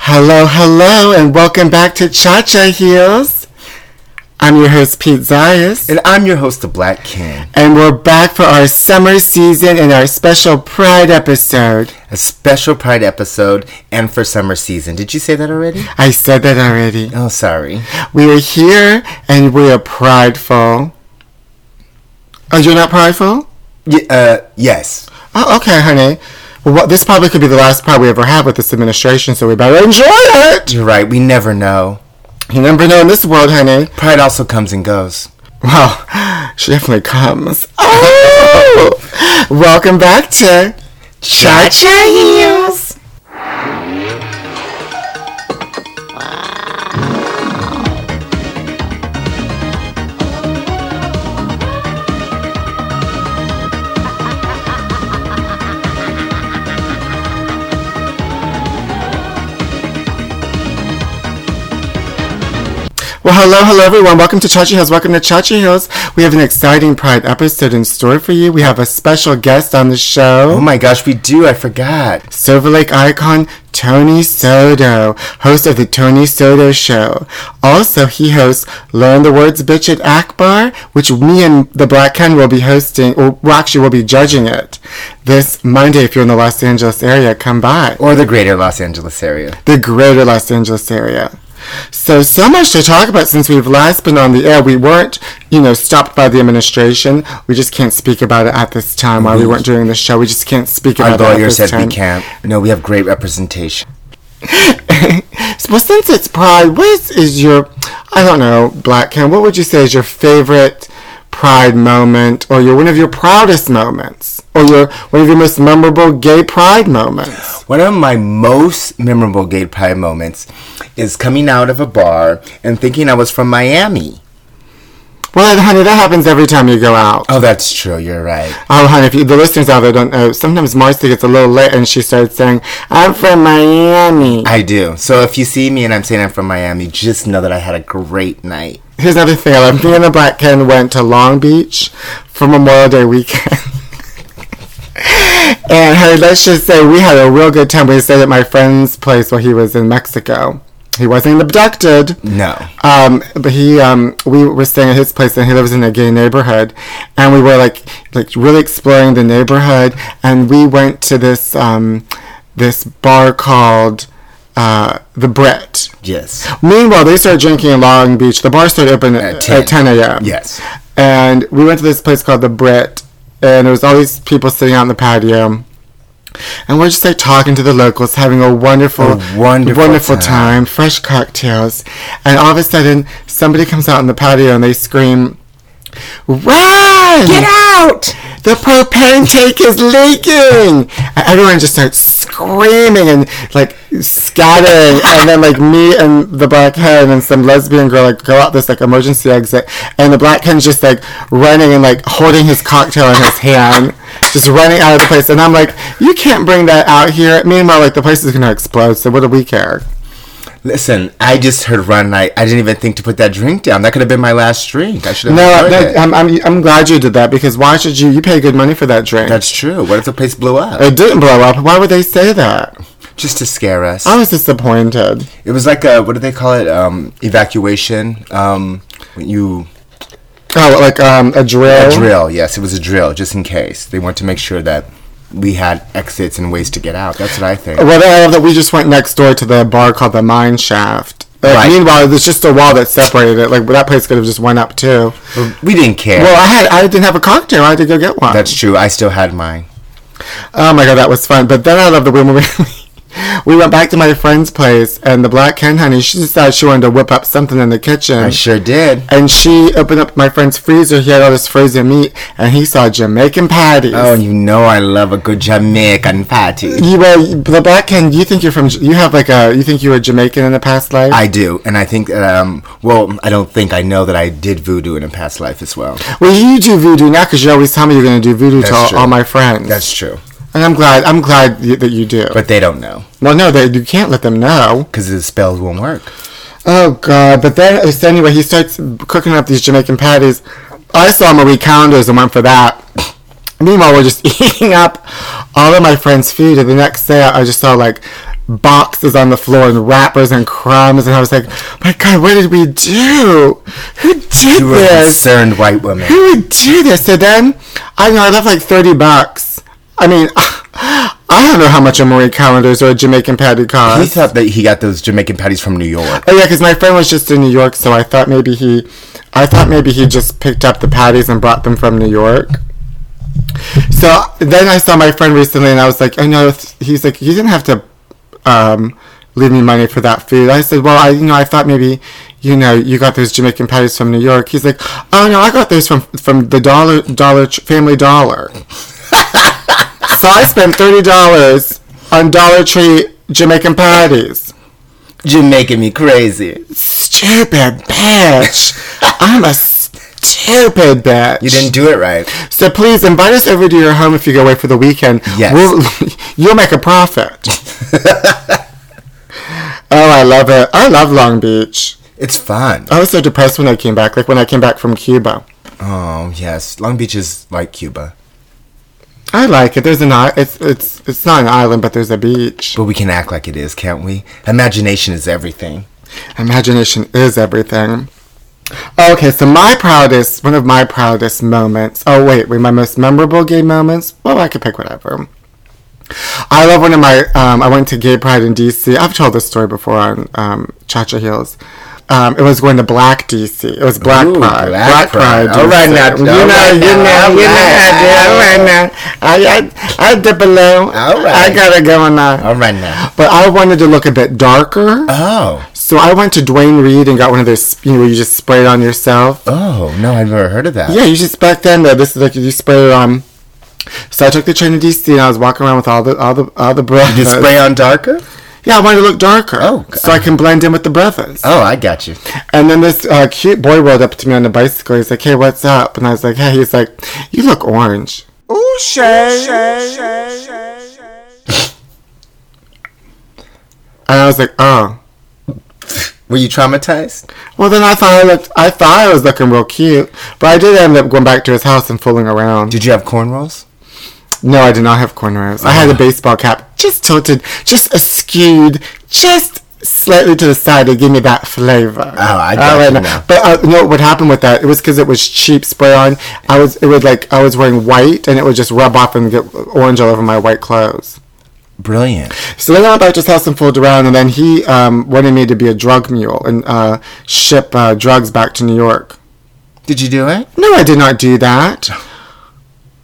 Hello, hello, and welcome back to Cha Cha Heels. I'm your host, Pete Zayas, And I'm your host, The Black King. and we're back for our summer season and our special Pride episode. A special Pride episode and for summer season. Did you say that already? I said that already. Oh, sorry. We are here and we are prideful. Oh, you're not prideful? Y- uh, yes. Oh, okay, honey. Well, what, this probably could be the last pride we ever have with this administration, so we better enjoy it. You're right. We never know. You never know in this world, honey. Pride also comes and goes. Well, she definitely comes. Oh! Welcome back to Cha Cha Heels. Well, hello, hello, everyone. Welcome to Chachi Hills. Welcome to Chachi Hills. We have an exciting Pride episode in store for you. We have a special guest on the Oh show, my gosh, we do. I forgot. Silver Lake icon Tony Soto, host of the Tony Soto Show. Also, he hosts Learn the Words Bitch at Akbar, which me and the Black Ken will be hosting, or well, actually, we'll be judging it this Monday. If you're in the Los Angeles area, come by Or the greater Los Angeles area. the greater Los Angeles area. So, so much to talk about since we've last been on the air. We weren't, you know, stopped by the administration. We just can't speak about it at this time while we weren't doing the show. We just can't speak Our about it at lawyer this said time. we can't. No, we have great representation. Well, since it's Pride, what is, is your, I don't know, Black Cam, what would you say is your favorite Pride moment or your one of your proudest moments or your one of your most memorable gay Pride moments? One of my most memorable gay pride moments is coming out of a bar and thinking I was from Miami. Well, honey, that happens every time you go out. Oh, that's true. You're right. Oh, honey, if you, the listeners out there don't know, sometimes Marcy gets a little lit and she starts saying, I'm from Miami. I do. So if you see me and I'm saying I'm from Miami, just know that I had a great night. Here's another thing. I love. Me and the Black Ken went to Long Beach for Memorial Day weekend. and, honey, let's just say we had a real good time. We stayed at my friend's place while he was in Mexico. He wasn't abducted. No. Um, but he, um, we were staying at his place, and he lives in a gay neighborhood, and we were like, like really exploring the neighborhood, and we went to this, um, this bar called uh, the Brett. Yes. Meanwhile, they started drinking in Long Beach. The bar started open at, At 10. at 10 a.m. Yes. And we went to this place called the Brit, and there was all these people sitting out in the patio. And we're just like talking to the locals, having a wonderful, A wonderful time. time. fresh cocktails. And all of a sudden, somebody comes out in the patio and they scream, Run! Get out! The propane tank is leaking! And everyone just starts screaming and like scattering. and then like me and the black hen and some lesbian girl like go out this like emergency exit. And the black hen's just like running and like holding his cocktail in his hand. Just running out of the place. And I'm like, you can't bring that out here. Meanwhile, like the place is gonna explode. So what do we care? Listen, I just heard run night. I didn't even think to put that drink down. That could have been my last drink. I should have No, enjoyed that, it. I'm, I'm, I'm glad you did that because why should you? You pay good money for that drink. That's true. What if the place blew up? it didn't blow up. Why would they say that? Just to scare us. I was disappointed. It was like a what do they call it? Um, evacuation. Um, when you Oh, like um, a drill. a drill. Yes, it was a drill, just in case they wanted to make sure that we had exits and ways to get out. That's what I think. Well, I love that we just went next door to the bar called the Mine Shaft. Like, Right. Meanwhile, there's just a wall that separated it. Like that place could have just went up too. We didn't care. Well, I had I didn't have a cocktail. I had to go get one. That's true. I still had mine. oh my god, that was fun. But then I love the when we we went back to my friend's place and the black hen honey. She decided she wanted to whip up something in the kitchen. I sure did. and she opened up my friend's freezer. He had all this frozen meat, and he saw Jamaican patties. Oh, you know I love a good Jamaican patty. You well, the black hen. You think you're from? You have like a. You think you were Jamaican in a past life? I do, and I think, um, well, I don't think I know that I did voodoo in a past life as well. well, you do voodoo now because you always tell me you're going to do voodoo to That's all, true. all my friends. That's true, and I'm glad. I'm glad y- that you do. but they don't know well, no, that you can't let them know. because the spells won't work. Oh God! But then, so anyway, he starts cooking up these Jamaican patties. I saw Marie Callender's and went for that. Meanwhile, we're just eating up all of my friends' food, and the next day, I I just saw like boxes on the floor and wrappers and crumbs. And I was like, my God, what did we do? Who did You were a this? concerned white woman. Who would do this? So then, I know I left like 30 bucks. I mean, I don't know how much a Marie Callender's or a Jamaican patty He cost. thought that he got those Jamaican patties from New York. Oh yeah, because my friend was just in New York, so I thought maybe he, I thought maybe he just picked up the patties and brought them from New York. So then I saw my friend recently, and I was like, I know. it's- He's like, you didn't have to um, leave me money for that food. I said, well, I you know I thought maybe you know you got those Jamaican patties from New York. He's like, oh no, I got those from from the dollar dollar Tr- Family Dollar. so I spent thirty dollars on Dollar Tree Jamaican patties Jamaican me crazy. stupid bitch. I'm a stupid bitch. You didn't do it right. So please invite us over to your home if you go away for the weekend. Yes. We'll, you'll make a profit. oh, I love it. I love Long Beach. It's fun. I was so depressed when I came back, like when I came back from Cuba. Oh yes, Long Beach is like Cuba, I like it. There's an i- it's it's it's not an island, but there's a beach. but we can act like it is, can't we? Imagination is everything. Imagination is everything. Okay, so my proudest, one of my proudest moments. Oh wait, wait, my most memorable gay moments. Well, I could pick whatever. I love one of my. Um, I went to Gay Pride in DC. I've told this story before on um, Cha Cha Heels. Um, it was going to Black DC. It was Black Ooh, Pride. Black Pride. DC. All right now, You know, all you know, right you now, know, all you right. know. All right now. I, I, I dip below. All right. I got it going on. All right now. But I wanted to look a bit darker. Oh, So I went to Dwayne Reed and got one of those, you know, where you just spray it on yourself. oh no, I've never heard of that. Yeah, you just back then though. This is like you spray it on. So I took the train to DC and I was walking around with all the all the all the brothers. You spray on darker? yeah, I wanted to look darker. Oh, so I can blend in with the brothers. Oh, I got you. And then this uh, cute boy rolled up to me on the bicycle. He's like, "Hey, what's up?" And I was like, "Hey." He's like, "You look orange." Ooh, shay. And I was like, "Oh." Were you traumatized? Well, then I thought I looked. I thought I was looking real cute, but I did end up going back to his house and fooling around. Did you have cornrows? No, I did not have cornrows. I had a baseball cap, just tilted, just askewed, just slightly to the side to give me that flavor. Oh, I got All you no. now. But uh, no, what happened with that? It was because it was cheap spray on. I was it would like I was wearing white, and it would just rub off and get orange all over my white clothes. Brilliant. So then I went back to his house and fooled around, and then he um, wanted me to be a drug mule and uh, ship uh, drugs back to New York. Did you do it? No, I did not do that.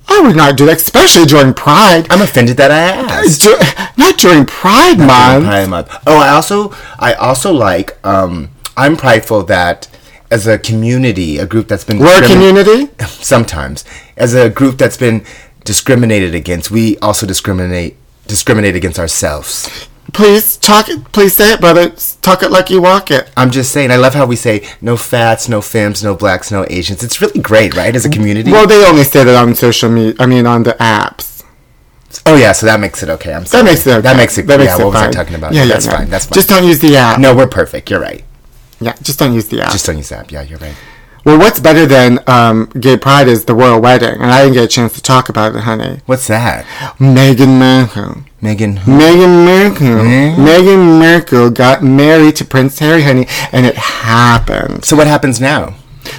I would not do that, especially during Pride. I'm offended that I asked. Dur- not during Pride Month. Pride Month. Oh, I also I also like um I'm prideful that as a community, a group that's been We're a discrimin- community. sometimes as a group that's been discriminated against, we also discriminate discriminate against ourselves. Please talk it. Please say it, brother. S- Talk it like you walk it. I'm just saying, I love how we say no fats, no femmes, no blacks, no Asians. It's really great, right? As a community. Well, they only say that on social media. I mean, on the apps. oh yeah, so that makes it okay. I'm sorry. That makes it. That makes it. That makes yeah, it what fine. was I talking about? Yeah, yeah, that's yeah. fine. That's fine. Just don't use the app. no, we're perfect. You're right. Yeah, just don't use the app. Just don't use the app. Yeah, you're right. well, what's better than um, gay pride is the royal wedding, and I didn't get a chance to talk about it, honey. What's that, Meghan Markle. Megan? Meghan Markle. Yeah. Meghan Markle got married to Prince Harry, honey, and it happened. So what happens now?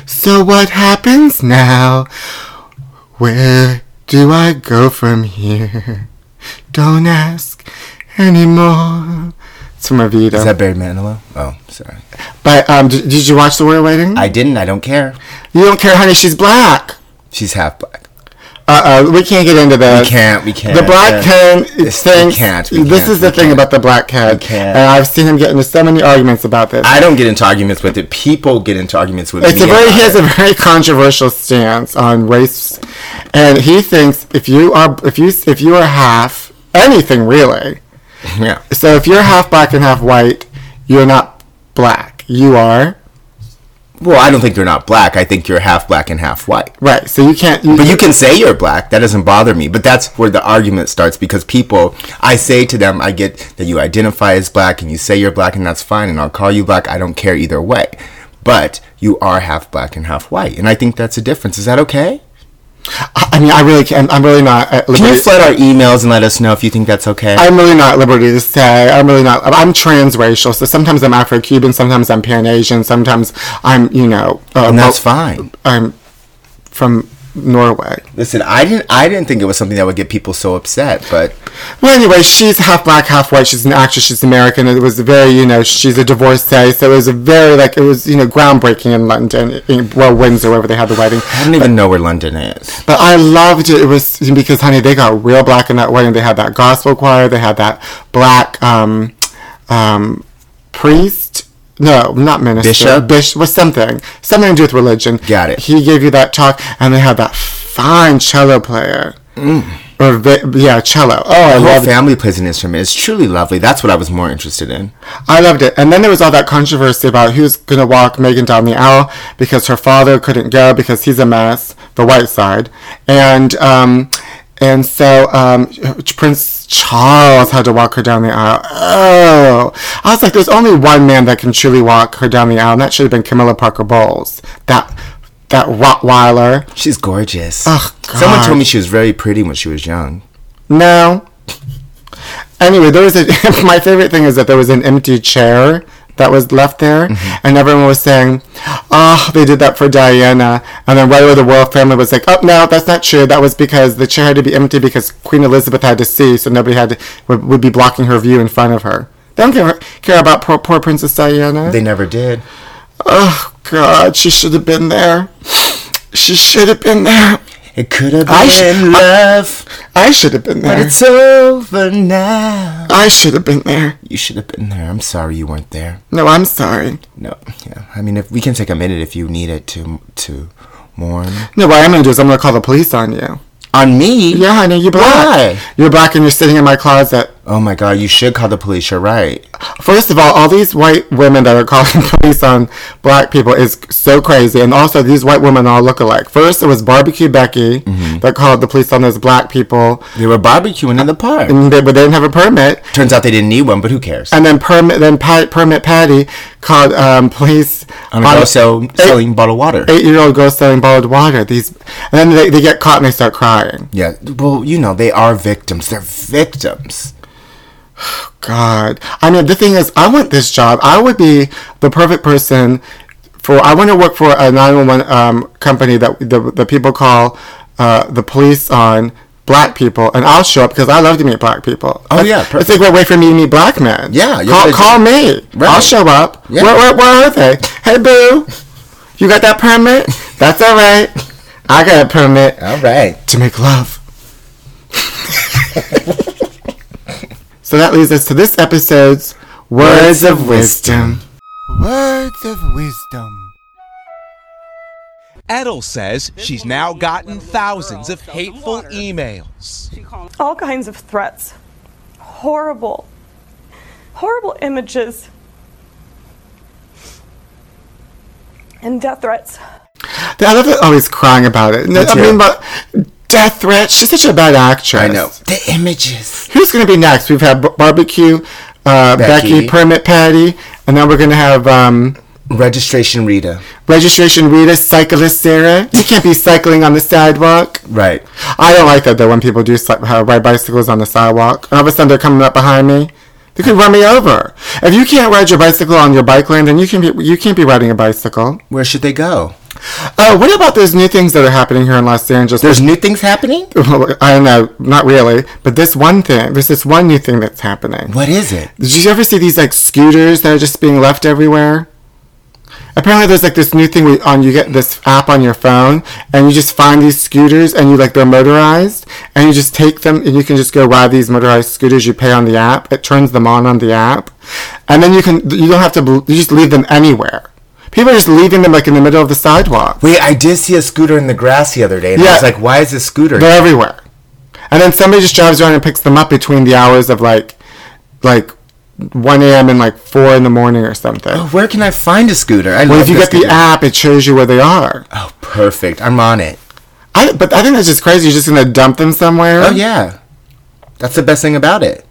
So what happens now? Where do I go from here? Don't ask anymore. It's from Evita. Is that Barry Manilow? Oh, sorry. but um, did, did you watch the royal wedding? I didn't. I don't care. you don't care, honey. She's black. She's half black. Uh oh, we can't get into this. We can't. We can't. The black Yeah. cat This- we thing. can't, we this can't, is the we thing can't. about the black cat, We can't. and I've seen him get into so many arguments about this. I don't get into arguments with it. People get into arguments with It's me. a very about he has it. a very controversial stance on race, and he thinks if you are if you if you are half anything really, yeah. so if you're half black and half white, you're not black. You are Well, I don't think you're not black. I think you're half black and half white. right. So you can't. You, But you can say you're black. That doesn't bother me. But that's where the argument starts because people, I say to them, I get that you identify as black and you say you're black and that's fine and I'll call you black. I don't care either way. But you are half black and half white. And I think that's a difference. Is that okay? I I mean, I really can't. I'm really not at Can you liberty. flood our emails and let us know if you think that's okay? I'm really not at liberty to say. I'm really not. I'm transracial, so sometimes I'm Afro-Cuban, sometimes I'm Pan-Asian, sometimes I'm, you know, uh, and that's well, fine. I'm from Norway. Listen, I didn't. I didn't think it was something that would get people so upset, but Well, anyway, she's half black, half white. She's an actress. She's American. It was very, you know, she's a divorcee, so it was a very like it was, you know, groundbreaking in London, in, well, Windsor, wherever they had the wedding. I don't even know where London is. But I loved it. It was because, honey, they got real black in that wedding. They had that gospel choir. They had that black um, um, priest. No, not minister. Bishop? Bishop was something. Something to do with religion. Got it. He gave you that talk, and they had that fine cello player. Or vi- yeah, cello. Oh, I Mm. The whole loved it. family plays an instrument. It's truly lovely. That's what I was more interested in. I loved it. And then there was all that controversy about who's going to walk Megan down the aisle because her father couldn't go because he's a mess, the white side. And, um, and so um, Prince Charles had to walk her down the aisle. Oh, I was like, there's only one man that can truly walk her down the aisle, and that should have been Camilla Parker Bowles, that that Rottweiler. She's gorgeous. Ugh, Someone God. told me she was very pretty when she was young. No. Anyway, there was a. my favorite thing is that there was an empty chair that was left there, and everyone was saying, "Oh, they did that for Diana." And then right away, the royal family was like, "Oh no, that's not true. That was because the chair had to be empty because Queen Elizabeth had to see, so nobody had to, would, would be blocking her view in front of her." They don't care, care about poor, poor Princess Diana. They never did. oh God, she should have been there. She should have been there. It could have I been sh- love, I should have been but there. it's over now. I should have been there. You should have been there. I'm sorry you weren't there. No, I'm sorry. No. Yeah. I mean, if we can take a minute if you need it to to mourn No, what I'm gonna do is I'm gonna call the police on you. on me. Yeah, honey, you're black. Why? You're black and you're sitting in my closet. Oh my God! You should call the police. You're right. First of all, all these white women that are calling police on black people is so crazy. And also, these white women all look alike. First, it was Barbecue Becky that called the police on those black people, They were barbecuing in the park. and they, but they didn't have a permit. Turns out they didn't need one, but who cares? And then permit, then Pat, permit Patty called um, police On a girl sell, eight- selling bottled water. eight-year-old girl selling bottled water. These, and then they, they get caught and they start crying. Yeah. Well, you know they are victims. They're victims. God. I mean, the thing is, I want this job. I would be the perfect person for. I want to work for a 911 um, company that the, the people call uh, the police on black people, and I'll show up because I love to meet black people. Oh, That's- yeah, It's a great way for me to meet black men. Yeah, you're Call, gonna call me. Right. I'll show up. Yeah. Where, where, where are they? Hey, boo. You got that permit? That's all right. I got a permit All right. to make love. so that leads us to this episode's Words of Wisdom. Words of Wisdom. Edel says she's now gotten thousands of hateful emails. all kinds of threats, horrible, horrible images, and death threats. I love that always oh, crying about it. No, I too. mean, but death threat. She's such a bad actress. I know the images. Who's going to be next? We've had B- barbecue, uh, Becky. Becky. Permit Patty, and now we're going to have um, Registration Rita. registration Rita, cyclist Sarah. You can't be cycling on the sidewalk. Right. I don't like that though when people do cyc- uh, ride bicycles on the sidewalk and all of a sudden they're coming up behind me. They could run me over. If you can't ride your bicycle on your bike lane, then you can be you can't be riding a bicycle. Where should they go? Oh, what about those new things that are happening here in Los Angeles? There's new things happening. I don't know, not really, but this one thing, there's this one new thing that's happening. What is it? Did you ever see these like scooters that are just being left everywhere? Apparently, there's like this new thing where on you get this app on your phone, and you just find these scooters, and you like they're motorized, and you just take them, and you can just go ride these motorized scooters. You pay on the app; it turns them on on the app, and then you can you don't have to bel- you just leave them anywhere. People are just leaving them like in the middle of the sidewalk. Wait, I did see a scooter in the grass the other day, and I Yeah. was like, "Why is this scooter?" They're everywhere. And then somebody just drives around and picks them up between the hours of like like 1 a.m. and like 4 in the morning or something. Oh, Where can I find a scooter? I well, love if you this get the scooter. app, it shows you where they are. Oh, perfect. I'm on it. I, but I think that's just crazy. You're just going to dump them somewhere. Oh yeah, that's the best thing about it.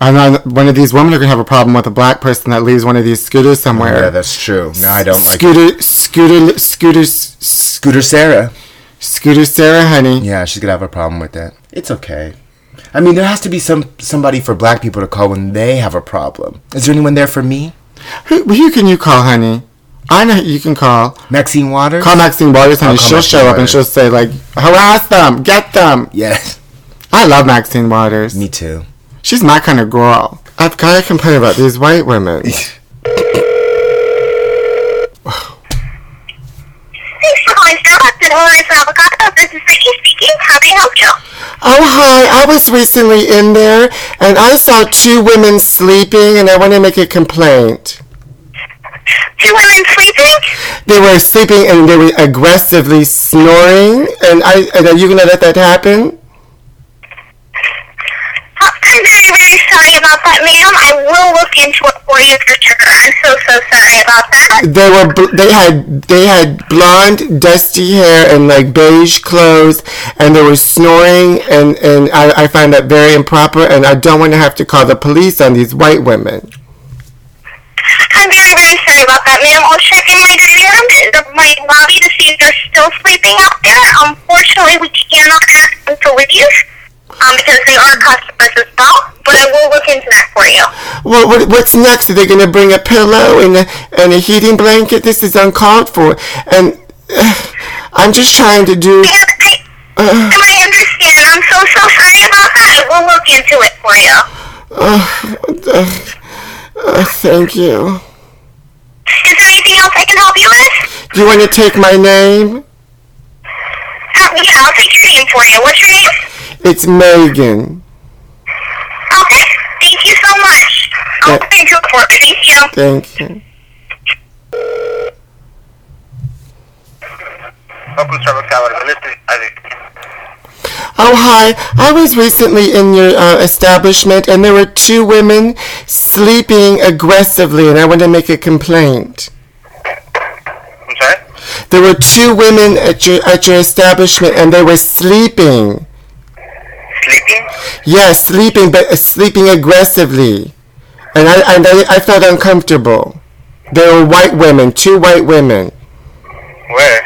And then one of these women are going to have a problem with a black person that leaves one of these scooters Oh, somewhere. Yeah, that's true. No, I don't like Scooter, scooter, scooters. scooter Sarah. Scooter Sarah, honey. Yeah, she's gonna have a problem with that. It's okay. I mean, there has to be some somebody for black people to call when they have a problem. Is there anyone there for me? Who, who can you call, honey? I know who you can call. Maxine Waters. Call Maxine Waters, honey. I'll call She'll Maxine show up and Waters. she'll say, like, harass them, get them. Yes. I love Maxine Waters. Me too. She's my kind of girl. I've got to complain about these white women. Thanks for calling Starbucks and ordering for avocado. This is Vicky speaking. How can I help you? Oh, hi. I was recently in there and I saw two women sleeping and I want to make a complaint. Two women sleeping. They were sleeping and they were aggressively snoring. And I, and are you going to let that happen? Uh, I'm very, very sorry about that, ma'am. I will look into it for you for sure. I'm so, so sorry about that. They were, bl- they had, they had blonde, dusty hair and like beige clothes and they were snoring. And, and I, I find that very improper. And I don't want to have to call the police on these white women. I'm very, very sorry about that, ma'am. I'll check in my division, the, my lobby, to see if they're still sleeping out there. Unfortunately, we cannot ask them to leave um, because they are customers as well. But I will look into that for you. What, what, what's next? Are they going to bring a pillow and a, and a heating blanket? This is uncalled for. And uh, I'm just trying to do. Ma'am, I, I understand. I'm so, so sorry about that. I will look into it for you. Uh, thank you. Is there anything else I can help you with? Do you want to take my name? Uh, yeah, I'll take your name for you. What's your name? It's Megan. Okay. Thank you so much. I'll Yeah. look into it for you. Thank you. Thank you. Welcome to Starbucks Outlet. This is Isaac. Oh, hi. I was recently in your uh, establishment and there were two women sleeping aggressively, and I want to make a complaint. I'm sorry? There were two women at your, at your establishment and they were sleeping. Sleeping? Yes, sleeping, but uh, sleeping aggressively, and I and I, I felt uncomfortable. They were white women, two white women. Where?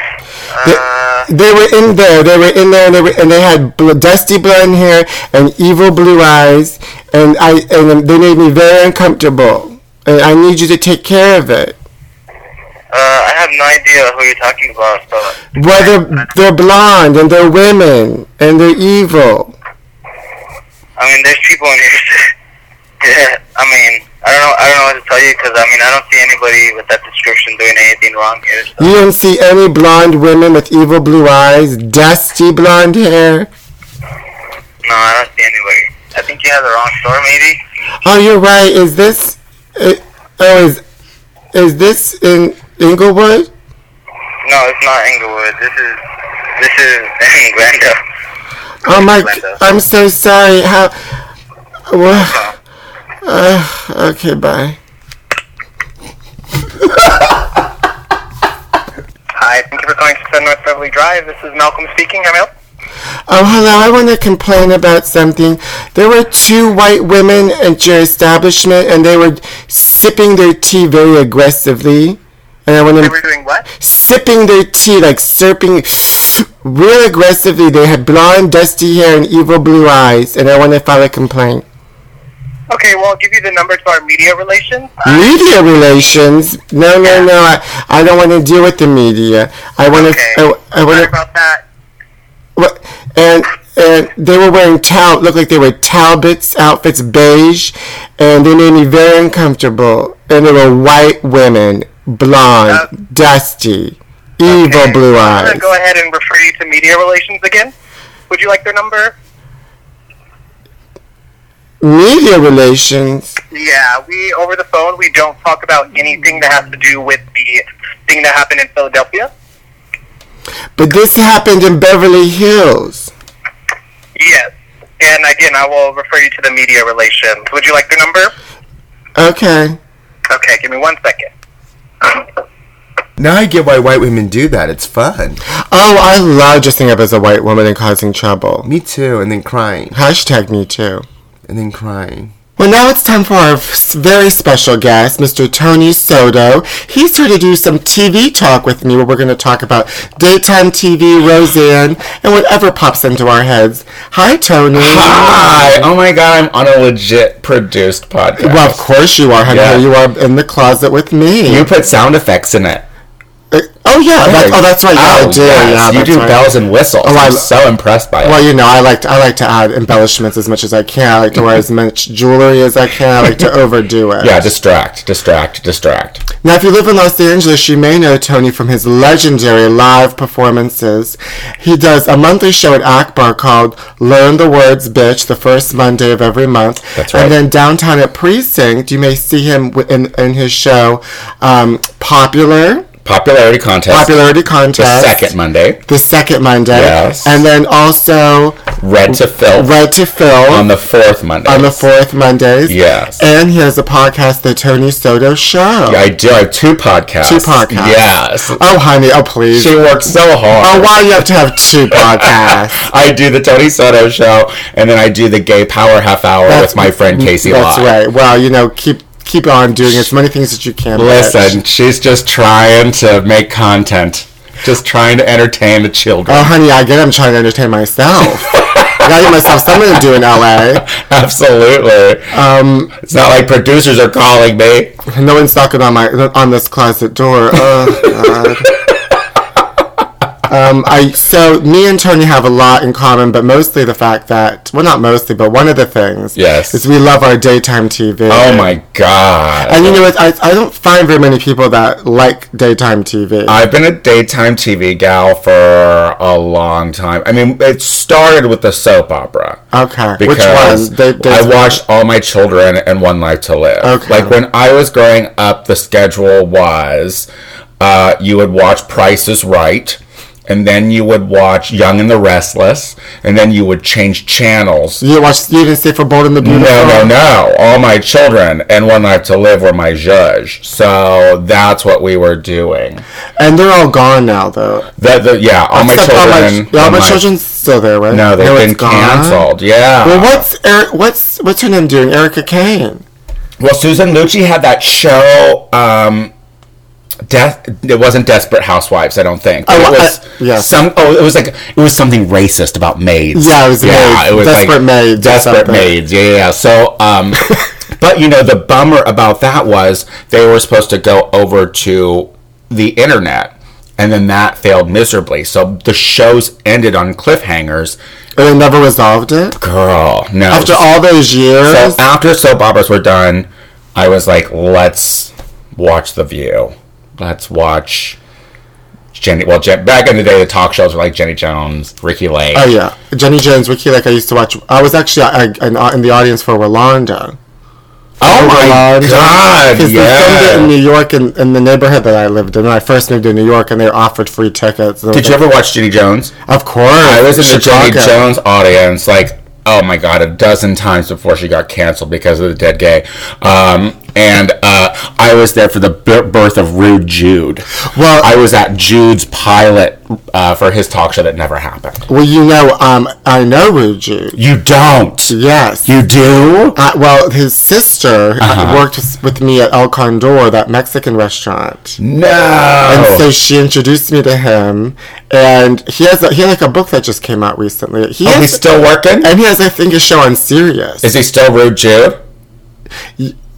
They, Uh, they were in there. They were in there, and they, were, and they had bl- dusty blonde hair and evil blue eyes, and I and they made me very uncomfortable. And I need you to take care of it. uh, I have no idea who you're talking about, but Well, they're, they're blonde and they're women and they're evil. I mean, there's people in here. I mean, I don't know. I don't know what to tell you because I mean, I don't see anybody with that description doing anything wrong here. So. You don't see any blonde women with evil blue eyes, dusty blonde hair. No, I don't see anybody. I think you have the wrong store, maybe. Oh, you're right. Is this? Uh, oh, is is this in Inglewood? No, it's not Inglewood. This is this is in Glendale. Oh my! Glendale. I'm so sorry. How? Well, uh, okay. Bye. Hi, thank you for calling Sun North Beverly Drive. This is Malcolm speaking. How may I help? Oh, hello. I want to complain about something. There were two white women at your establishment, and they were sipping their tea very aggressively. And I want They to were doing what? sipping their tea, like slurping real aggressively. They had blonde, dusty hair and evil blue eyes, and I want to file a complaint. Okay, well, I'll give you the number to our media relations. Uh, Media relations? No, no, no. I, I don't want to deal with the media. I want to. Okay. I, I Sorry want about that. to. And and they were wearing tal. Looked like they were Talbots outfits, beige, and they made me very uncomfortable. And they were white women, blonde, Uh, dusty, evil Okay, blue so I'm eyes. gonna go ahead and refer you to media relations again. Would you like their number? Media relations. Yeah, we over the phone. We don't talk about anything that has to do with the thing that happened in Philadelphia. But this happened in Beverly Hills. Yes, and again, I will refer you to the media relations. Would you like their number? Okay. Okay, give me one second. Now I get why white women do that. It's fun. Oh, I love dressing up as a white woman and causing trouble. Me too. And then crying. Hashtag me too. And then crying. Well, now it's time for our s- very special guest, Mr. Tony Soto. He's here to do some TV talk with me where we're going to talk about daytime TV, Roseanne, and whatever pops into our heads. Hi, Tony. Hi! Oh my god, I'm on a legit produced podcast. Well, of course you are, honey. Yeah. You are in the closet with me. you put sound effects in it. Uh, oh, yeah. That's, oh, that's right. Yeah, Oh, I do. yes, Yeah, you that's do right. bells and whistles. Oh, I- I'm so impressed by it. Well, you know, I like to, I like to add embellishments as much as I can. I like to wear as much jewelry as I can. I like to overdo it. yeah, distract, distract, distract. Now, if you live in Los Angeles, you may know Tony from his legendary live performances. He does a monthly show at Akbar called Learn the Words Bitch the first Monday of every month. That's And right. then downtown at Precinct, you may see him wi- in, in his show um, Popular, Popularity contest. Popularity Contest. The second Monday. The second Monday. Yes. And then also Red to Phil. Red to Phil on the fourth Monday. on the fourth Mondays. Yes. And he has a podcast, The Tony Soto Show. I do. I have two podcasts. Two podcasts. Yes. Oh, honey. Oh, please. She works so Oh, hard. why do you have to have two podcasts? I do the Tony Soto show, and then I do the Gay Power Half Hour with my friend Casey. That's Lott. right. Well, you know, keep keep on doing as many things that you can. bitch. Listen, she's just trying to make content, just trying to entertain the children. Oh, honey, I get. I'm trying to entertain myself. I gotta get myself something to do in LA. Absolutely. Um, it's not like producers are calling me. no one's knocking on my on this closet door. Oh God. Um, I so me and Tony have a lot in common, but mostly the fact that well, not mostly, but one of the things Yes. is we love our daytime TV. Oh my god. And you know what? I, I don't find very many people that like daytime TV. I've been a daytime TV gal for a long time. I mean, it started with the soap opera. Okay. Uh, Which Because one? They- they- I watched All My Children and One Life to Live. Okay. Like when I was growing up, the schedule was uh, you would watch Price is Right, and then you would watch Young and the Restless, and then you would change channels. You watch. You didn't see for Bold and the Beautiful. No, no, no. All my children and One Life to Live were my judge. So that's what we were doing. And they're all gone now, though. The, the, yeah, all my Except children. yeah, all and my, my- children's still there, right? No, they've it's been gone? canceled. Yeah. Well, what's Eri- what's what's her name doing? Erica Kane. Well, Susan Lucci had that show. Um, Death. It wasn't Desperate Housewives. I don't think. Oh, it was I- yeah. Some. Oh, it was like it was something racist about maids. Yeah, it was maids. Desperate maids or Desperate something. maids. Yeah, yeah. yeah. So, um, but you know, the bummer about that was they were supposed to go over to the internet, and then that failed miserably. So the shows ended on cliffhangers. And they never resolved it Girl, no. after all those years. So after soap operas were done, I was like, let's watch The View. Let's watch Jenny. Well, Jen, back in the day, the talk shows were like Jenny Jones, Ricky Lake. oh yeah, Jenny Jones, Ricky. Like I used to watch. I was actually I, I, in the audience for Rolanda. Oh my Rolanda. God! Um, Because they filmed it in Yeah. New York in, in the neighborhood that I lived in. When I first moved to New York, and they offered free tickets. And Did you ever watch Jenny Jones? Of course. I was in the Jenny Chicago. Jones audience, like, oh my god, a dozen times before she got canceled because of the dead gay. Um, and uh, I was there for the bir- birth of Rude Jude. Well- I was at Jude's pilot uh, for his talk show that never happened. Well, you know, um, I know Ruju. You don't. Yes. You Uh-huh. do? Uh, well, his sister uh, worked with- with me at El Condor, that Mexican restaurant. And No. so she introduced me to him, and he has a, he had like a book that just came out recently. He Are we has, still working? and he has I think a show on Sirius. Is he still Rude Jude?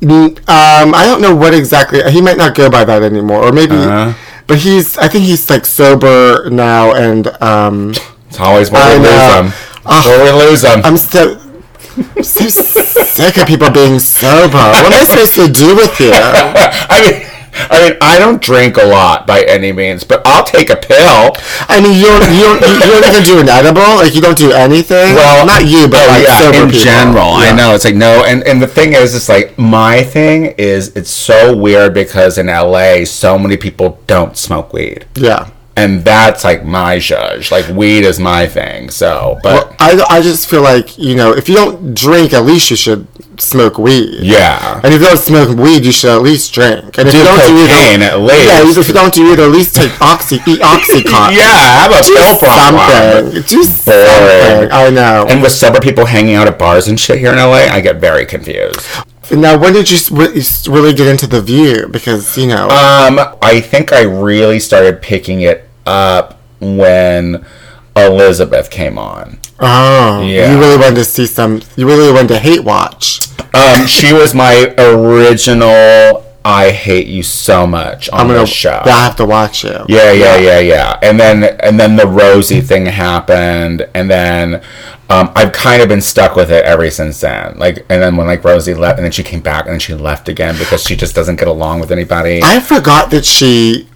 Mm, um, I don't know what exactly. He might not go by that anymore, or maybe. Uh-huh. But he's I think he's like sober now, and um, It's always where I we know. Ah. lose him. Where we lose him. I'm so so sick of people being sober. What am I supposed to do with you? I mean, I mean, I don't drink a lot by any means, but I'll take a pill. I mean, you don't you don't you you don't even do an edible. Like you don't do anything. not you, but oh, like yeah, sober in people. general. Yeah. I know it's like no, and and the thing is, it's like my thing is it's so weird because in LA, so many people don't smoke weed. Yeah. and that's like my judge. Like weed is my thing. So, but Well, I, I just feel like, you know, if you don't drink, at least you should smoke weed. yeah, And if you don't smoke weed, you should at least drink. And if Do you don't cocaine do at either, least. yeah, if you don't do either, at least take oxy, eat oxycontin. yeah, have a uh, do pill for a something. while. Do something. I know. And with sober people hanging out at bars and shit here in LA, I get very confused. now, when did you s- re- s- really get into the view? Because you know, Um, I think I really started picking it up when Elizabeth came on. oh, Uh, yeah. you really wanted to see some. You really wanted to hate watch. Um, she was my original "I hate you so much" on I'm gonna. the show. I have to watch you. Yeah, yeah, yeah, yeah. And then and then the Rosie thing happened, and then um, I've kind of been stuck with it ever since then. Like, and then when like Rosie left, and then she came back, and then she left again because she just doesn't get along with anybody. I forgot that she.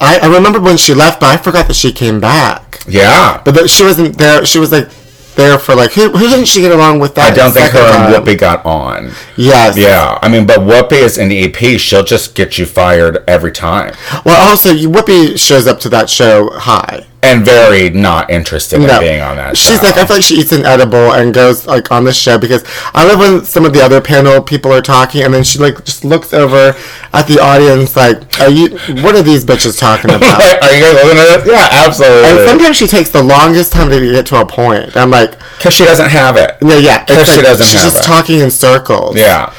I, I remember when she left, but I forgot that she came back. yeah, But that she wasn't there. She was like there for like who? Who didn't she get along with? I That don't think her second and time? Whoopi got on. Yes. Yeah, I mean, but Whoopi is an EP. She'll just get you fired every time, Well, also you- Whoopi shows up to that show high. and very not interested in No. being on that. She's show. like, I feel like she eats an edible and goes like on the show because I love when some of the other panel people are talking and then she like just looks over at the audience like, are you? What are these bitches talking about? Are you guys listening to this? Yeah, and absolutely. sometimes she takes the longest time to get to a point. I'm like, Because she doesn't have it. no, yeah, Because she doesn't She's have just it. talking in circles. Yeah.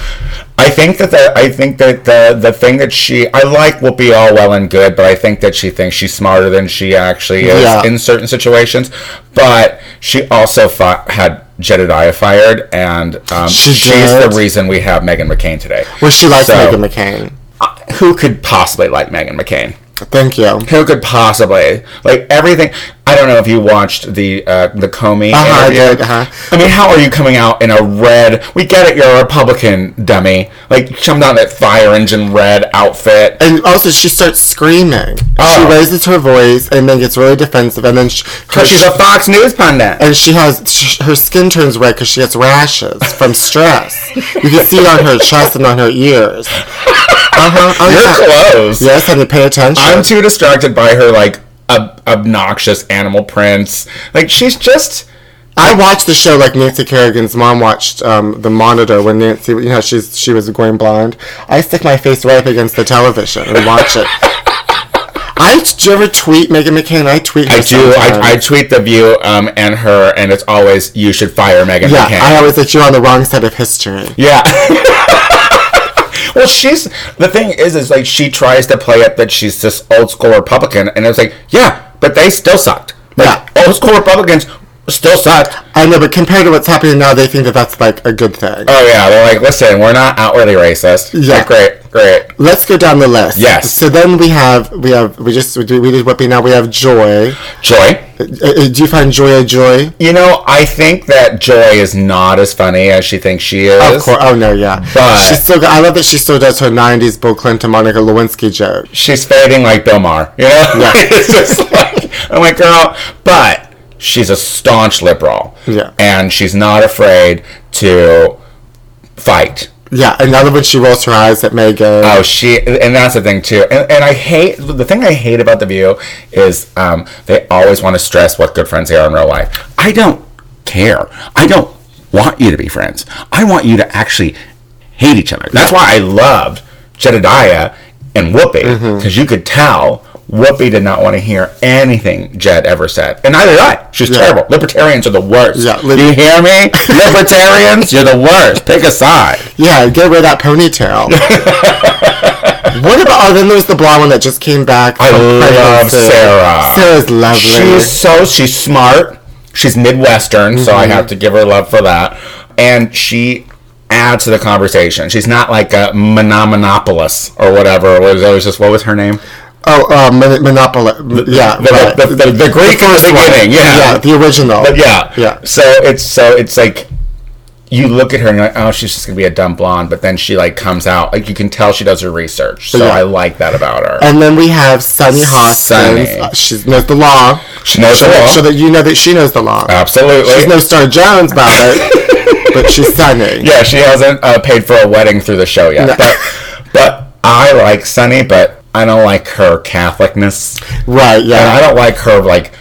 I think that the I think that the the thing that she I like will be all well and good, but I think that she thinks she's smarter than she actually is Yeah. in certain situations. But she also fought, had Jedediah fired, and um, She she's did. the reason we have Megan McCain today. Well, she likes So- Megan McCain. Who could possibly like Megan McCain? Thank you. Who could possibly like everything? I don't know if you watched the uh, the Comey Uh-huh, I interview. did, uh-huh. I mean, how are you coming out in a red? We get it, you're a Republican dummy. Like come down that fire engine red outfit. And also, she starts screaming. She Oh. raises her voice and then gets really defensive, and then she, her, Because she's a Fox News pundit. and she has sh- her skin turns red because she gets rashes from stress. you can see it on her chest and on her ears. Uh huh. Oh, You're yeah. close. Yes, honey, pay attention. I'm too distracted by her like ob- obnoxious animal prints. Like she's just. I watched the show like Nancy Kerrigan's mom watched um, the monitor when Nancy, you know, she's she was going blind. I stick my face right up against the television and watch it. I do you ever tweet Megan McCain? I uh-huh. tweet. Her I do. sometimes. I, I tweet the View um, and her, and it's always you should fire Megan yeah, McCain. I always like you're on the wrong side of history. Yeah. well, she's the thing is, is like she tries to play it that she's this old school Republican, and it's like, yeah, but they still sucked. Like Yeah. old school Republicans still sucked. I know, but compared to what's happening now, they think that that's like a good thing. Oh yeah, they're like, listen, we're not outwardly racist. Yeah. Like, great, great. Let's go down the list. Yes. So then we have we have we just we did, we did Whoopi. Now we have Joy. Joy. Uh, uh, do you find Joy a joy? You know, I think that Joy is not as funny as she thinks she is. Of course. Oh no, yeah. But- she's still. got- I love that she still does her '90s Bill Clinton, Monica Lewinsky joke. she's fading like Bill Maher. You know, Yeah. it's just like I'm like, girl, but she's a staunch liberal. Yeah. and she's not afraid to fight. Yeah, and I love when she rolls her eyes at Megan. Oh, she, and that's the thing too. And, and I hate the thing I hate about the View is um, they always want to stress what good friends they are in real life. I don't care. I don't want you to be friends. I want you to actually hate each other. That's why I loved Jedediah and Whoopi because you could tell. Whoopi did not want to hear anything Jed ever said, and neither did I. She's terrible. Libertarians are the worst. Yeah, li- you hear me? Libertarians, you're the worst. Pick a side. Yeah, get rid of that ponytail. what about? Oh, then there's the blonde one that just came back. I from love pregnancy. Sarah. Sarah's lovely. She's so she's smart. She's Midwestern, so Mm-hmm. I have to give her love for that. And she adds to the conversation. She's not like a monomonopolist or whatever. It was always just what was her name? oh, uh, mon- Monopoly. yeah, The, right. the, the, the Greek in the beginning, yeah. yeah, the original. But yeah. Yeah. So it's so it's like you look at her and you're like, oh, she's just gonna be a dumb blonde, but then she like comes out like you can tell she does her research. So Yeah. Uh, I like that about her. And then we have Sunny Hoskins. Sunny. Uh, She knows the law. She knows so the that, law. So that you know that she knows the law. Absolutely. She's no Star Jones about it, but she's Sunny. Yeah, she hasn't uh, paid for a wedding through the show yet. But, but I like Sunny, but I don't like her Catholicness. Right, And yeah. I don't like her like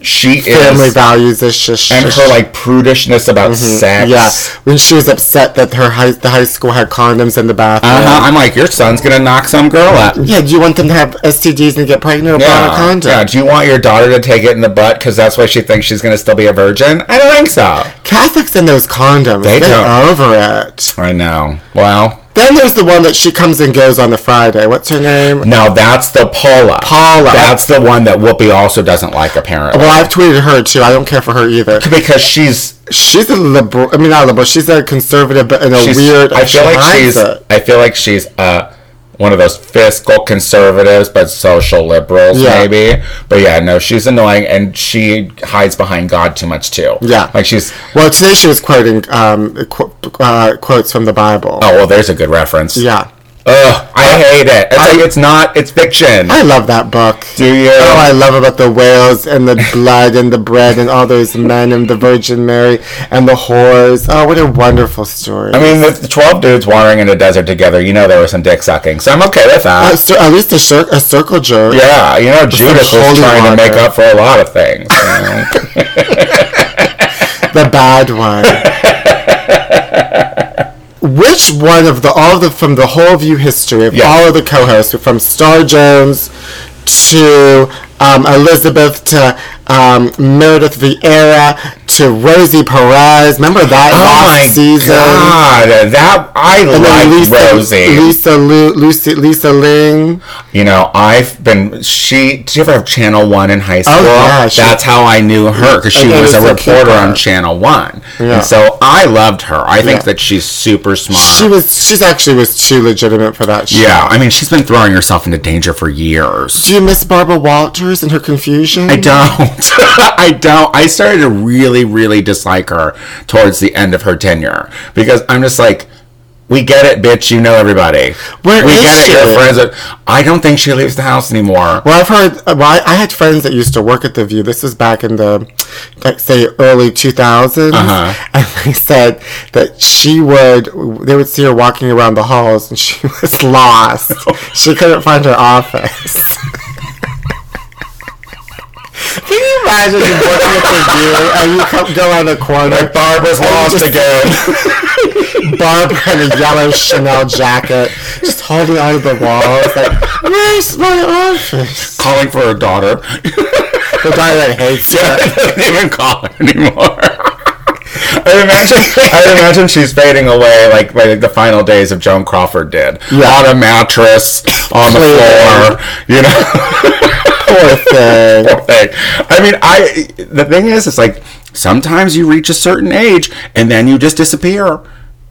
she Family is values is just and her like prudishness about sex. Yeah, when she was upset that her high the high school had condoms in the bathroom. Uh-huh. I'm like, your son's gonna knock some girl out. Yeah, do you want them to have STDs and get pregnant or yeah. a Yeah. condom? yeah. Do you want your daughter to take it in the butt because that's why she thinks she's gonna still be a virgin? I don't think so. Catholics and those condoms, They they don't- are over it. I know. Well, Then there's the one that she comes and goes on the Friday. What's her name? now that's the Paula. Paula. That's the one that Whoopi also doesn't like apparently. Well, I've tweeted her too. I don't care for her either. because she's She's a liberal. I mean, not liberal. She's a conservative, but in a she's weird. I she feel like hides she's it. I feel like she's uh one of those fiscal conservatives but social liberals Yeah. maybe. But yeah, no, she's annoying and she hides behind God too much too. Yeah. Like she's Well, today she was quoting um, qu- uh, quotes from the Bible. Oh well there's a good reference. Yeah, Ugh, I hate it. It's like it's not it's fiction. I love that book. Do you Oh, I love about the whales and the blood and the bread and all those men and the Virgin Mary and the whores. Oh, what a wonderful story. I mean, with the 12 dudes wandering in a desert together, you know there was some dick sucking, so I'm okay with that. Uh, so at least a, shir- a circle jerk. Yeah, you know, Judas was holy trying to water. make up for a lot of things. you know? The bad one. Which one of the all of the from the whole view history of Yeah. all of the co-hosts from Star Jones to um, Elizabeth to um, Meredith Vieira to Rosie Perez? Remember that last season? Oh god, that I And then like Rosie. Lisa, Lu, Lucy, Lisa Ling. You know, I've been she. Did you ever have Channel One in high school? Oh, yeah, she- That's how I knew her because she And it was was a a reporter on keeper. Channel One, Yeah. and so I loved her. I think Yeah. that she's super smart. She was. She's actually was too legitimate for that. Show. yeah, I mean, she's been throwing herself into danger for years. Do you miss Barbara Walters and her confusion? I don't. I don't. I started to really, really dislike her towards the end of her tenure because I'm just like, we get it, bitch. You know everybody. Where we is get she? it. You're friends. With, I don't think she leaves the house anymore. Well, I've heard. uh, Well, I, I had friends that used to work at the View. This was back in the, like, say, early 2000s, and they said that she would. They would see her walking around the halls, and she was lost. she couldn't find her office. Can you imagine you working at the View and you come, go around the corner, Barbara's lost again. Barbara in a yellow Chanel jacket, just holding onto the walls, like, "Where's my office?" Calling for her daughter. The guy that hates her. doesn't even call her anymore. I imagine, I imagine she's fading away like like the final days of Joan Crawford did. Yeah. On a mattress, on the Clearly. floor, you know. Poor thing. Poor thing. I mean, I the thing is, it's like sometimes you reach a certain age and then you just disappear.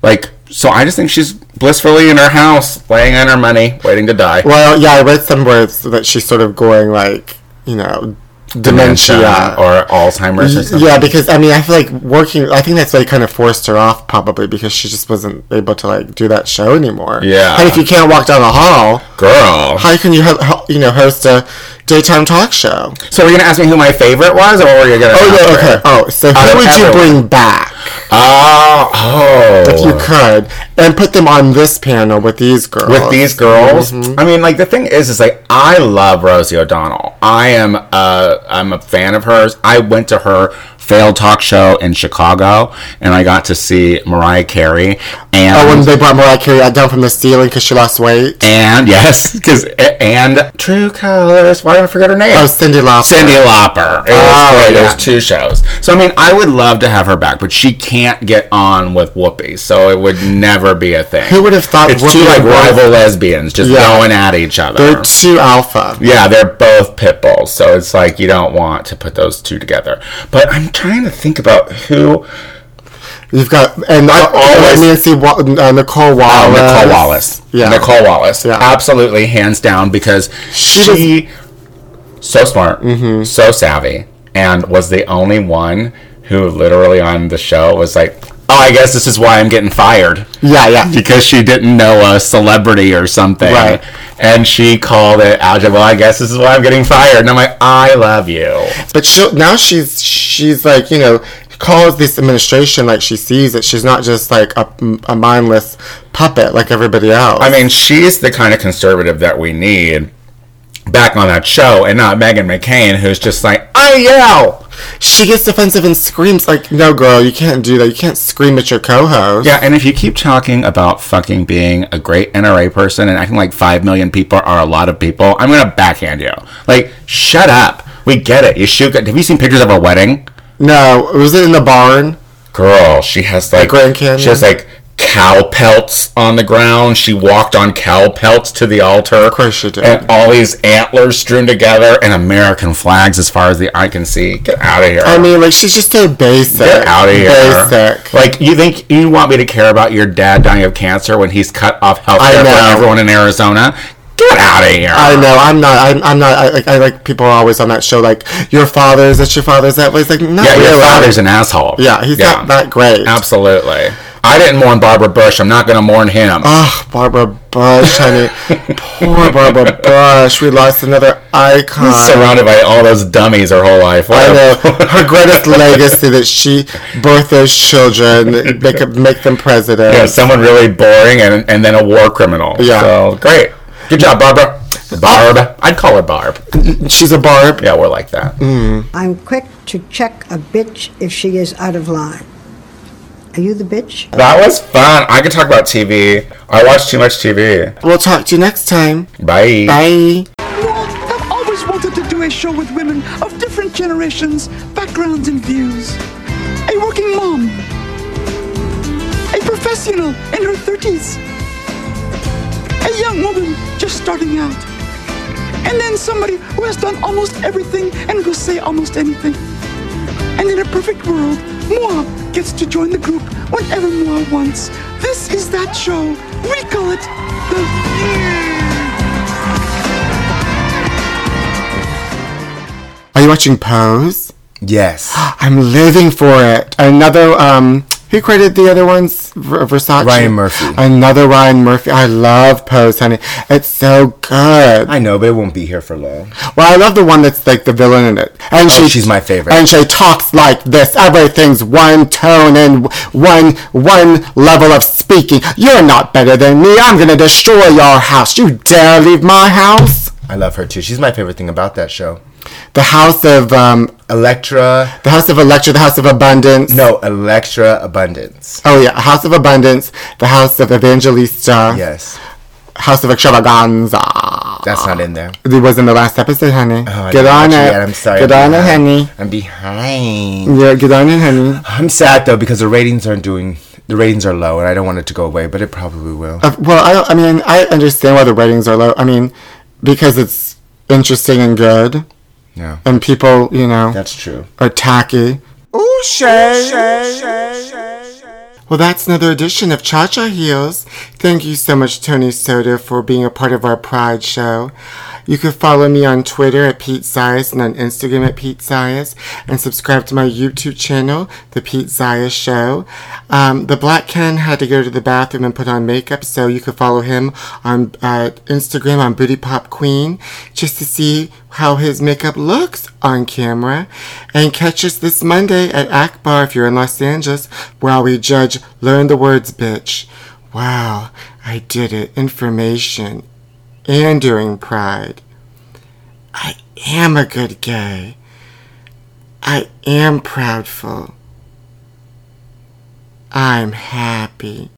Like, so I just think she's blissfully in her house, laying on her money, waiting to die. Well, yeah, I read somewhere that she's sort of going like, you know, dementia. Dementia or Alzheimer's or something. yeah, because I mean, I feel like working. I think that's why they kind of forced her off, probably because she just wasn't able to like do that show anymore. Yeah. and if you can't walk down the hall, Girl. how can you ho- ho- you know host a daytime talk show? So were you gonna ask me who my favorite was, or were you gonna? Oh yeah, okay. Oh, so Out of who would you everyone. bring back Oh, oh. if you could and put them on this panel with these girls? with these girls, Mm-hmm. I mean, like the thing is, is like I love Rosie O'Donnell. I am, uh, I'm a fan of hers. I went to her failed talk show in Chicago, and I got to see Mariah Carey. And Oh, when they brought Mariah Carey out down from the ceiling because she lost weight. and yes, because and True Colors. Why did I forget her name? Oh, Cindy Lauper. Cindy Lauper. It was Oh, great. It yeah. was two shows. So I mean, I would love to have her back, but she can't get on with Whoopi, so it would never be a thing. Who would have thought It's Whoopi two like would- rival lesbians just Yeah. going at each other. They're too alpha. yeah, they're both pit bulls, so it's like you don't want to put those two together. But I'm trying to think about who You've got and uh, I always- always Nancy Wa- uh, Nicole Oh, Wallace. Nicole Wallace. Yeah. Nicole Wallace. Yeah. Absolutely, hands down, because she, so smart, Mm-hmm. so savvy, and was the only one who literally on the show was like, "Oh, I guess this is why I'm getting fired." Yeah, yeah. Because she didn't know a celebrity or something. Right. And she called it out. Well, I guess this is why I'm getting fired. And I'm like, I love you. But she now she's she's like you know calls this administration like she sees it. She's not just like a, a mindless puppet like everybody else. I mean, she's the kind of conservative that we need back on that show and not Megan McCain, who's just like, I yell. She gets defensive and screams like, "No, girl, you can't do that. You can't scream at your co-host." Yeah, and if you keep talking about fucking being a great NRA person and acting like 5 million people are a lot of people, I'm going to backhand you. Like, shut up. We get it. You shoot. Have you seen pictures of our wedding? No, was it in the barn? girl. She has like Grand Canyon? She has like cow pelts on the ground. She walked on cow pelts to the altar. Of course she did. And Uh, all these antlers strewn together and American flags as far as the eye can see. Get out of here. I mean, like she's just so basic. Get out of here. Basic. Like you think you want me to care about your dad dying of cancer when he's cut off health I care know. for everyone in Arizona? Get out of here. I know. I'm not. I'm, I'm not. I, like I like people are always on that show. Like your father's. That's your father's. That was like not Yeah, really. your father's an asshole. Yeah, he's not that great. Absolutely. I didn't mourn Barbara Bush. I'm not going to mourn him. Ugh, Barbara Bush, honey. Poor Barbara Bush. We lost another icon. surrounded by all those dummies her whole life. What I a- know her greatest legacy that she birthed those children, make make them president. You know, someone really boring and, and then a war criminal. Yeah. So great. Good job, Barbara. Barb. I'd call her Barb. She's a barb. Yeah, we're like that. I'm quick to check a bitch if she is out of line. Are you the bitch? That was fun. I could talk about TV. I watch too much TV. We'll talk to you next time. Bye. Bye. world have always wanted to do a show with women of different generations, backgrounds, and views. A working mom, a professional in her 30s, a young woman just starting out, and then somebody who has done almost everything and will say almost anything. And in a perfect world, Moa gets to join the group whenever Moa wants. This is that show. We call it the. Are you watching Pose? Yes. I'm living for it. Another um, who created the other ones? Ver- Versace. Ryan Murphy. Another Ryan Murphy. I love Pose, honey. It's so good. I know, but it won't be here for long. Well, I love the one that's like the villain in it, and Oh, she she's my favorite. And she talks like this. Everything's one tone and w- one one level of speaking. You're not better than me. I'm gonna destroy your house. You dare leave my house? I love her too. She's my favorite thing about that show. The house of um, Electra. the house of Electra, the house of abundance. No, Electra Abundance. Oh yeah, House of Abundance, the House of Evangelista, Yes. House of Extravaganza. That's not in there. It was in the last episode, honey. Oh, I get didn't on watch it. yet. I'm sorry. Get I'm on it, behind. honey. I'm behind. Yeah, get on it, honey. I'm sad though because the ratings aren't doing. The ratings are low, and I don't want it to go away, but it probably will. Uh, well, I, don't- I mean, I understand why the ratings are low. I mean, because it's interesting and good, Yeah, and people, you know, that's true. are tacky. Ooh, Shay. Well, that's another edition of Cha Cha Heels. Thank you so much, Tony Soda, for being a part of our Pride show. You can follow me on Twitter at Pete Zayas and on Instagram at Pete Zayas and subscribe to my YouTube channel, The Pete Zayas Show. Um, the Black Ken had to go to the bathroom and put on makeup, so you can follow him on uh, Instagram on Booty Pop Queen just to see how his makeup looks on camera. And catch us this Monday at Akbar if you're in Los Angeles, while we judge Learn the Words Bitch. Wow, I did it. Information. And during Pride. I am a good gay. I am proudful. I'm happy.